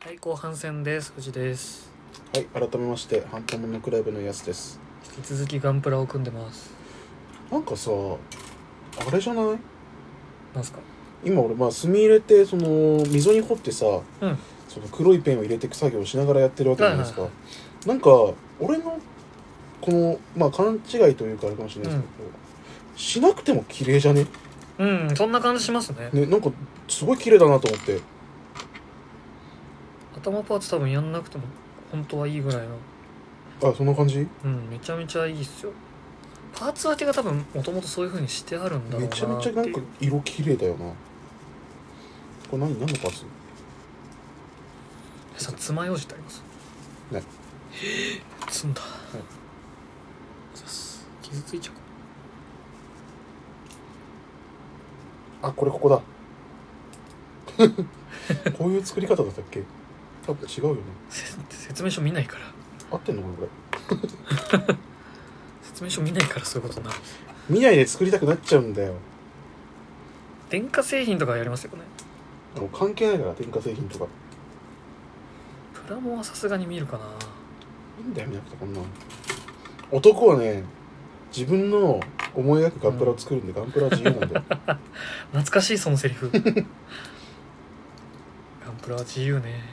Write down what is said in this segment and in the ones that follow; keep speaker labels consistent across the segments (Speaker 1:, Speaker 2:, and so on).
Speaker 1: はい、後半戦です。藤です。
Speaker 2: はい、改めまして、ハンタモノクラブのやつです。
Speaker 1: 引き続きガンプラを組んでます。
Speaker 2: なんかさ、あれじゃない
Speaker 1: なんすか。
Speaker 2: 今俺、まあ、墨入れて、その、溝に掘ってさ、
Speaker 1: うん
Speaker 2: その黒いペンを入れていく作業をしながらやってるわけじゃないですか。
Speaker 1: はい
Speaker 2: なんか、俺の、この、まあ、勘違いというかあれかもしれないですけど、しなくても綺麗じゃね
Speaker 1: うん、そんな感じしますね。
Speaker 2: ね、なんか、すごい綺麗だなと思って。
Speaker 1: 頭パーツ多分やんなくても本当はいいぐらいの。
Speaker 2: あ、そんな感じ
Speaker 1: うん、めちゃめちゃいいっすよ。パーツ分けが多分もともとそういう風にしてあるんだろう
Speaker 2: め
Speaker 1: なって
Speaker 2: ち
Speaker 1: い
Speaker 2: ゃ
Speaker 1: う。
Speaker 2: めちゃなんか色綺麗だよな。これ何何のパーツ
Speaker 1: えさ爪楊枝ってあります。
Speaker 2: ない
Speaker 1: え。つんだ。
Speaker 2: い
Speaker 1: さす傷ついちゃうか。
Speaker 2: あこれここだ こういう作り方だったっけ多分違うよね
Speaker 1: せ説明書見ないから。
Speaker 2: 合ってんのかなこれ
Speaker 1: 説明書見ないからそういうことになる。
Speaker 2: 見ないで作りたくなっちゃうんだよ
Speaker 1: 電化製品とかやりますよね。
Speaker 2: あの関係ないから電化製品とか
Speaker 1: プラモはさすがに見るかな。
Speaker 2: なんだよ見なくてこんなの男はね自分の思い描くガンプラを作るんで、ガンプラは自由なんだ よ
Speaker 1: 懐かしいそのセリフガンプラは自由ね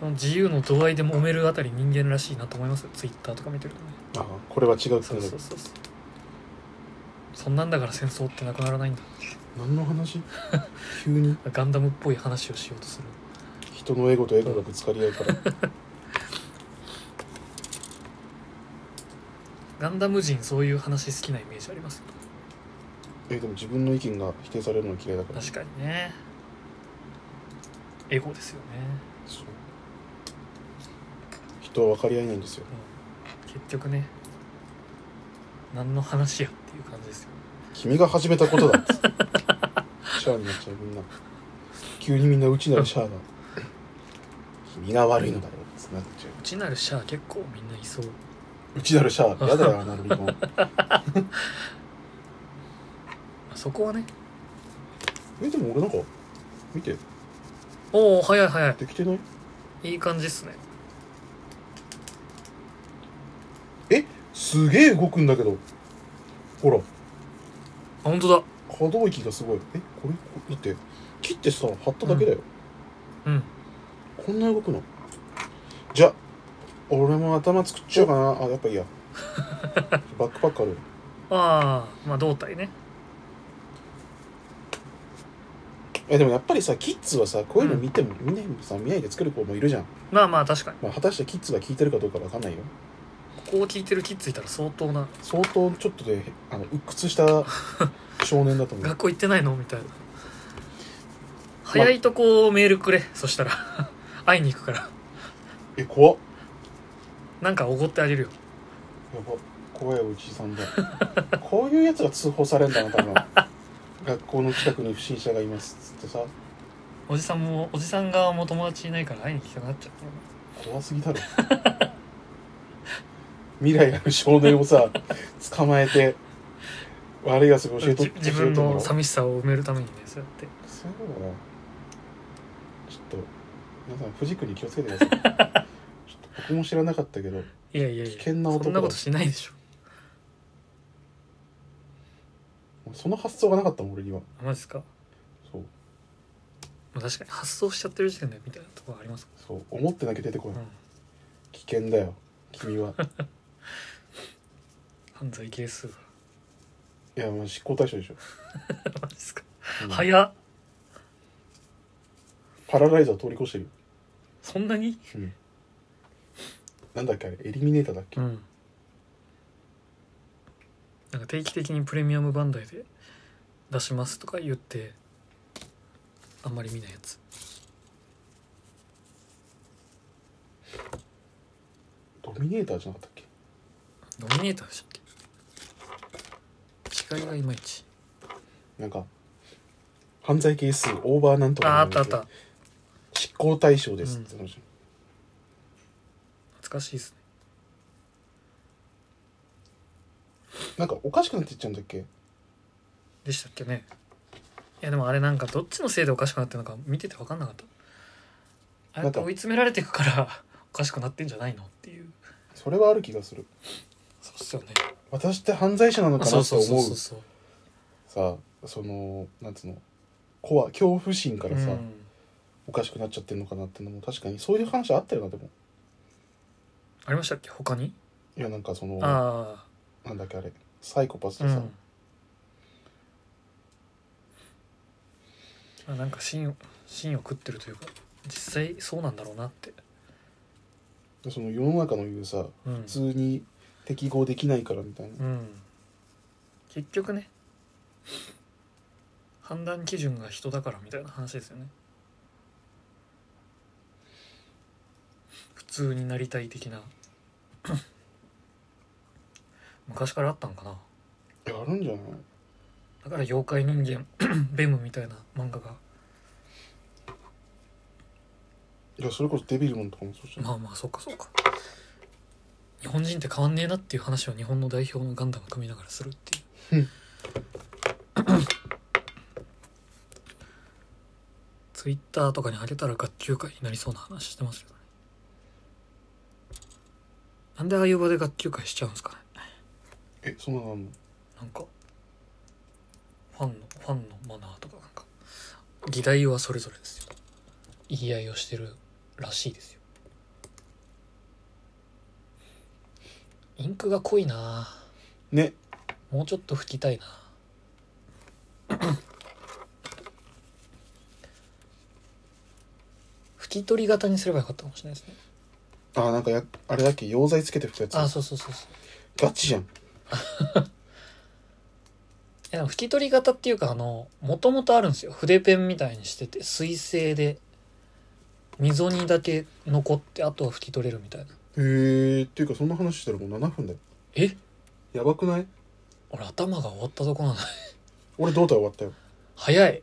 Speaker 1: その自由の度合いで揉めるあたり人間らしいなと思いますよツイッターとか見てるとね
Speaker 2: あこれは違うって
Speaker 1: そ
Speaker 2: な
Speaker 1: う
Speaker 2: る
Speaker 1: そうそうそうそんなんだから戦争ってなくならないんだ
Speaker 2: 何の話急に
Speaker 1: ガンダムっぽい話をしようとする
Speaker 2: 人のエゴとエゴがぶつかり合うから
Speaker 1: ガンダム人そういう話好きなイメージあります
Speaker 2: えでも自分の意見が否定されるのは嫌いだから
Speaker 1: 確かにねエゴですよね
Speaker 2: そう人は分かり合えないんですよ
Speaker 1: 結局ね何の話やっていう感じですよ
Speaker 2: 君が始めたことだっつってシャアになっちゃうみんな急にみんなうちなるシャアだ君が悪いのだよっつってなっちゃ
Speaker 1: うちなるシャア結構みんないそう
Speaker 2: ううちなるシャアやだよあの離婚
Speaker 1: まあそこはね
Speaker 2: えでも俺なんか見て
Speaker 1: おお早い早い
Speaker 2: できてない
Speaker 1: いい感じっすね
Speaker 2: すげえ動くんだけどほら
Speaker 1: あ本当だ
Speaker 2: 可動域がすごいえこれこれだって切ってさ貼っただけだよ、
Speaker 1: うん
Speaker 2: こんな動くのじゃあ俺も頭作っちゃおうかなあやっ ぱいいやバックパックある
Speaker 1: ああまあ胴体ね
Speaker 2: えでもやっぱりさキッズはさこういうの見ても、見ないさ見ないで作る子もいるじゃん
Speaker 1: まあまあ確かに
Speaker 2: まあ、果たしてキッズが聞いてるかどうかわかんないよ
Speaker 1: ここを聞いてるキッズいたら相当な
Speaker 2: 相当ちょっとであの鬱 屈した少年だと思う
Speaker 1: 学校行ってないのみたいな早いとこメールくれそしたら 会いに行くから
Speaker 2: え怖っ
Speaker 1: なんかおごってあげるよ
Speaker 2: やば怖いおじさん だこういうやつが通報されんだな多分学校の近くに不審者がいますっつってさ
Speaker 1: おじさんもおじさん側も友達いないから会いに行きたくなっちゃうね
Speaker 2: 怖す ぎだろ未来ある少年をさ捕まえて悪いやつが教えと
Speaker 1: じ自分
Speaker 2: 教えとんだ
Speaker 1: の
Speaker 2: ろ
Speaker 1: 寂しさを埋めるためにねそうやって
Speaker 2: そうだなちょっと皆さん藤君に気をつけてくだ さいちょっと僕も知らなかったけど
Speaker 1: いやいやい
Speaker 2: 危
Speaker 1: や
Speaker 2: 険な
Speaker 1: そ
Speaker 2: 男
Speaker 1: んな
Speaker 2: だ
Speaker 1: ことしないでしょ
Speaker 2: その発想がなかったもん俺には
Speaker 1: あマジですか
Speaker 2: そう
Speaker 1: まあ確かに発想しちゃってる時点でみたいなところありますか
Speaker 2: そう思ってなきゃ出てこ
Speaker 1: ら、
Speaker 2: な
Speaker 1: う
Speaker 2: い
Speaker 1: ん、
Speaker 2: 危険だよ 君は
Speaker 1: 犯罪係数が
Speaker 2: いやもう執行対象でしょ、
Speaker 1: マジですか
Speaker 2: うん
Speaker 1: 早っ
Speaker 2: パラライザー通り越してるよ
Speaker 1: そんなに
Speaker 2: なんだっけあれエリミネーターだっけ、
Speaker 1: んなんか定期的にプレミアムバンダイで出しますとか言ってあんまり見ないやつ
Speaker 2: ドミネーターじゃなかったっけ
Speaker 1: ドミネーターでしたっけ違いがいまいち
Speaker 2: なんか犯罪係数オーバーなんと
Speaker 1: ああ
Speaker 2: か
Speaker 1: あったあった
Speaker 2: 執行対象です、
Speaker 1: うん
Speaker 2: って話
Speaker 1: 懐かしいですね
Speaker 2: なんかおかしくなっていっちゃうんだっけ
Speaker 1: でしたっけねやでもあれなんかどっちのせいでおかしくなってるのか見てて分かんなかったあれ
Speaker 2: なん
Speaker 1: って
Speaker 2: か
Speaker 1: 追い詰められていくから おかしくなってんじゃないのっていう
Speaker 2: それはある気がする
Speaker 1: そうっすよね
Speaker 2: 私って犯罪者なのか
Speaker 1: そ
Speaker 2: な
Speaker 1: う
Speaker 2: と
Speaker 1: そうそう
Speaker 2: 思
Speaker 1: そううそう
Speaker 2: さそのなんつうの怖恐怖心からさ、
Speaker 1: うん
Speaker 2: おかしくなっちゃってるのかなってのも確かにそういう話あったよなでも
Speaker 1: ありましたっけ他に
Speaker 2: いやなんかそのな
Speaker 1: あ
Speaker 2: んだっけあれサイコパス
Speaker 1: あう
Speaker 2: でさ、
Speaker 1: んあなんか芯を芯を食ってるというか実際そうなんだろうなって、
Speaker 2: でその世の中の言うさ
Speaker 1: うん
Speaker 2: 普、通に適合できないからみたいな、
Speaker 1: うん結局ね判断基準が人だからみたいな話ですよね普通になりたい的な 昔からあったんかな
Speaker 2: やるんじゃない
Speaker 1: だから妖怪人間 ベムみたいな漫画が
Speaker 2: いやそれこそデビルマンとかもそうじゃん、
Speaker 1: まあまあそうかそうか日本人って変わんねえなっていう話を日本の代表のガンダム組みながらするっていう ツイッターとかにあげたら学級会になりそうな話してますけどねなんでああいう場で学級会しちゃうんですかね
Speaker 2: えそんなのあんの
Speaker 1: なんかファンのファンのマナーとかなんか議題はそれぞれですよ言い合いをしてるらしいですよインクが濃いな
Speaker 2: ね
Speaker 1: もうちょっと拭きたいな拭き取り型にすればよかったかもしれないですね
Speaker 2: あなんかやあれだっけ溶剤つけて拭くやつ
Speaker 1: あそうそうそうそう
Speaker 2: ガチじゃん
Speaker 1: いやでも拭き取り型っていうかあのもともとあるんですよ筆ペンみたいにしてて水性で溝にだけ残ってあとは拭き取れるみたいな
Speaker 2: へえっていうかそんな話したらもう7分だよ
Speaker 1: え
Speaker 2: やばくない
Speaker 1: 俺頭が終わったとこなの
Speaker 2: 俺胴体終わったよ
Speaker 1: 早い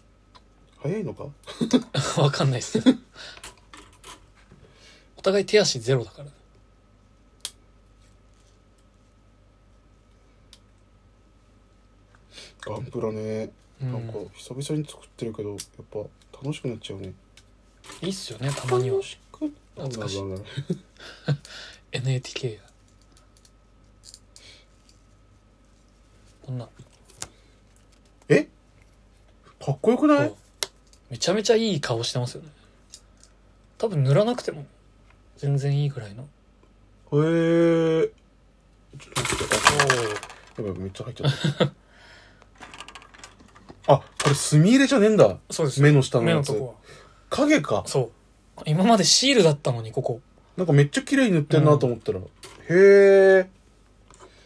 Speaker 2: 早いのか
Speaker 1: わかんないっす お互い手足ゼロだから
Speaker 2: ガンプラね
Speaker 1: う
Speaker 2: なんか
Speaker 1: ん
Speaker 2: 久々に作ってるけどやっぱ楽しくなっちゃうね
Speaker 1: いいっすよねたまには
Speaker 2: 楽しく
Speaker 1: 懐かしい
Speaker 2: なんだろうな
Speaker 1: NATK がこんな
Speaker 2: えかっこよくな
Speaker 1: そ
Speaker 2: いう
Speaker 1: めちゃめちゃいい顔してますよね多分塗らなくても全然いいぐらいの
Speaker 2: へえちょっと待ってやばいやばいめっちゃ入っちゃった あこれ墨入れじゃねえんだ
Speaker 1: そうです
Speaker 2: 目の下の
Speaker 1: 目
Speaker 2: や
Speaker 1: の
Speaker 2: つ
Speaker 1: とこ
Speaker 2: 影か
Speaker 1: はそう今までシールだったのにここ
Speaker 2: なんかめっちゃ綺麗に塗ってんなと思ったら、へえ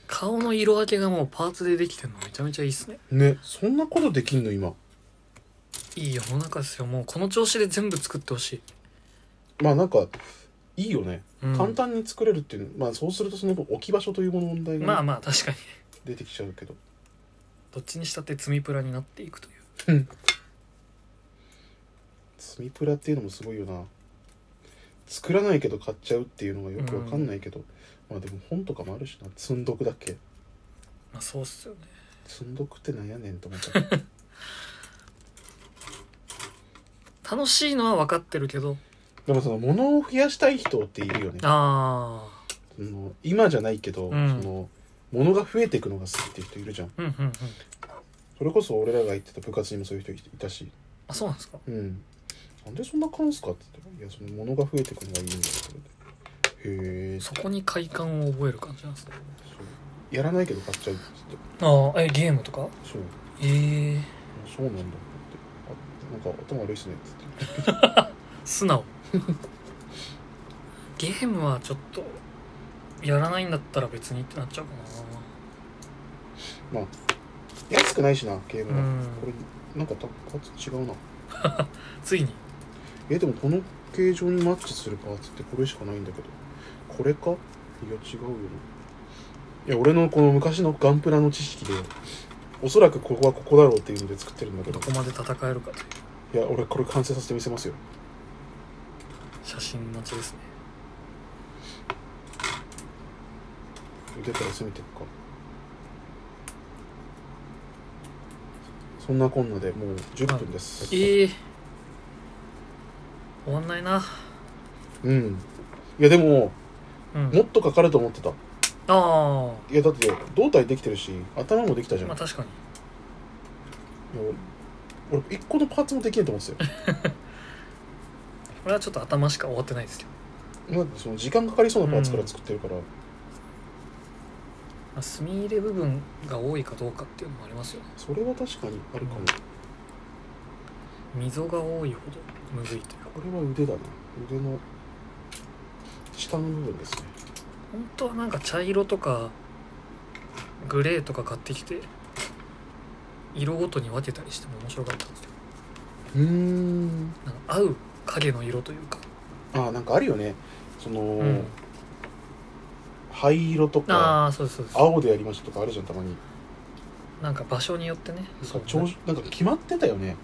Speaker 1: 顔の色分けがもうパーツでできてるのめちゃめちゃいいっすね
Speaker 2: ねそんなことできんの今
Speaker 1: いい世の中ですよもうこの調子で全部作ってほしい、
Speaker 2: まあなんかいいよね、
Speaker 1: うん、
Speaker 2: 簡単に作れるっていうまあそうするとその分置き場所という問題
Speaker 1: まあ
Speaker 2: がね
Speaker 1: まあ確かに
Speaker 2: 出てきちゃうけど、
Speaker 1: どっちにしたって積みプラになっていくという
Speaker 2: スミプラっていうのもすごいよな作らないけど買っちゃうっていうのがよくわかんないけど、まあでも本とかもあるしな積んどくだっけ
Speaker 1: まあそうっすよね
Speaker 2: 積んどくってなんやねんと思った
Speaker 1: 楽しいのは分かってるけど
Speaker 2: でもその物を増やしたい人っているよね
Speaker 1: ああ
Speaker 2: その今じゃないけど、
Speaker 1: うん
Speaker 2: その物が増えていくのが好きっていう人いるじゃん
Speaker 1: うんうんうん
Speaker 2: それこそ俺らが行ってた部活にもそういう人いたし
Speaker 1: あそうなんですか
Speaker 2: うんなんでそんな買うんすかって言ったら「いやその物が増えてくのがいいんだよ」って言われてへえ
Speaker 1: そこに快感を覚える感じなんですね
Speaker 2: そうやらないけど買っちゃう」って言って
Speaker 1: ああえゲームとか
Speaker 2: そう
Speaker 1: ええ
Speaker 2: そうなんだってあなんか頭悪いっすねって言って
Speaker 1: 素直 ゲームはちょっとやらないんだったら別にってなっちゃうか
Speaker 2: 安くないしなゲー
Speaker 1: なう
Speaker 2: ムは、
Speaker 1: ん
Speaker 2: これなんかたパーツ違うな
Speaker 1: ついに
Speaker 2: えでもこの形状にマッチするパーツってこれしかないんだけどこれかいや違うよないや俺のこの昔のガンプラの知識でおそらくここはここだろうっていうので作ってるんだけ
Speaker 1: ど
Speaker 2: ど
Speaker 1: こまで戦えるかという
Speaker 2: いや俺これ完成させてみせますよ
Speaker 1: 写真待ちですね
Speaker 2: 腕から攻めていくかそんなこんなでもう10分です、
Speaker 1: ええ終わんないな
Speaker 2: うんいやでも
Speaker 1: うん
Speaker 2: もっとかかると思ってた
Speaker 1: あ
Speaker 2: いやだって胴体できてるし頭もできたじ
Speaker 1: あ
Speaker 2: ゃん、
Speaker 1: まあ確かに
Speaker 2: いや俺俺一個のパーツもできないと思ってたよ
Speaker 1: これはちょっと頭しか終わってないですけど、
Speaker 2: だってその時間かかりそうなパーツから作ってるから、
Speaker 1: まあ、墨入れ部分が多いかどうかっていうのもありますよね
Speaker 2: それは確かにあるかも、
Speaker 1: うん溝が多いほどむずいというか
Speaker 2: これは腕だな腕の下の部分ですね
Speaker 1: 本当はなんか茶色とかグレーとか買ってきて色ごとに分けたりしても面白かったんですけど
Speaker 2: うーん
Speaker 1: なんか合う影の色というか、
Speaker 2: ああなんかあるよねその、
Speaker 1: ん
Speaker 2: 灰色とか
Speaker 1: ああそうですそうです
Speaker 2: 青でやりましたとかあるじゃんたまに
Speaker 1: なんか場所によってね
Speaker 2: なんか長寿なんか決まってたよね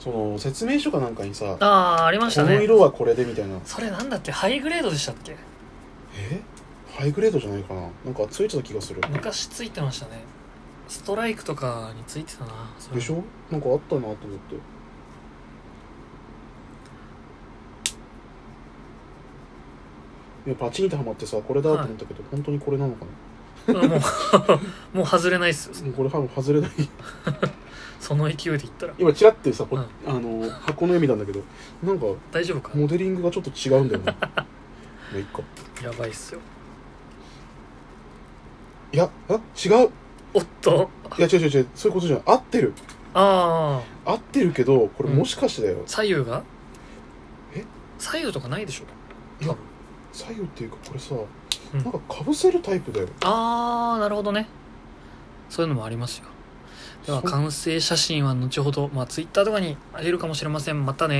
Speaker 2: その説明書かなんかにさ、
Speaker 1: ああーありまし
Speaker 2: こ
Speaker 1: た
Speaker 2: の
Speaker 1: ね
Speaker 2: 色はこれでみたいな
Speaker 1: それなんだっけハイグレードでしたっけ
Speaker 2: えハイグレードじゃないかななんかついてた気がする
Speaker 1: 昔ついてましたねストライクとかについてたなそれ
Speaker 2: でしょなんかあったなと思っていやパチンとハマってさこれだと思ったけど、本当にこれなのかな
Speaker 1: うんもう もう外れないっすよ
Speaker 2: もうこれは外れない
Speaker 1: その勢いでいったら
Speaker 2: 今チラッてさ、こ
Speaker 1: うん
Speaker 2: あの箱の絵見たんだけどなんか
Speaker 1: 大丈夫か
Speaker 2: モデリングがちょっと違うんだよ ねまあいっか
Speaker 1: やばいっすよ
Speaker 2: いやあ違う
Speaker 1: おっと
Speaker 2: いや違う違う違うそういうことじゃない合ってる
Speaker 1: ああ
Speaker 2: 合ってるけどこれ
Speaker 1: うん
Speaker 2: もしかしてだよ、
Speaker 1: 左右が
Speaker 2: え
Speaker 1: 左右とかないでしょ
Speaker 2: いや左右っていうかこれさ、
Speaker 1: ん
Speaker 2: なんかかぶせるタイプだよ
Speaker 1: ああなるほどねそういうのもありますよでは
Speaker 2: そう
Speaker 1: 完成写真は後ほどまあツイッターとかにあげるかもしれませんまたね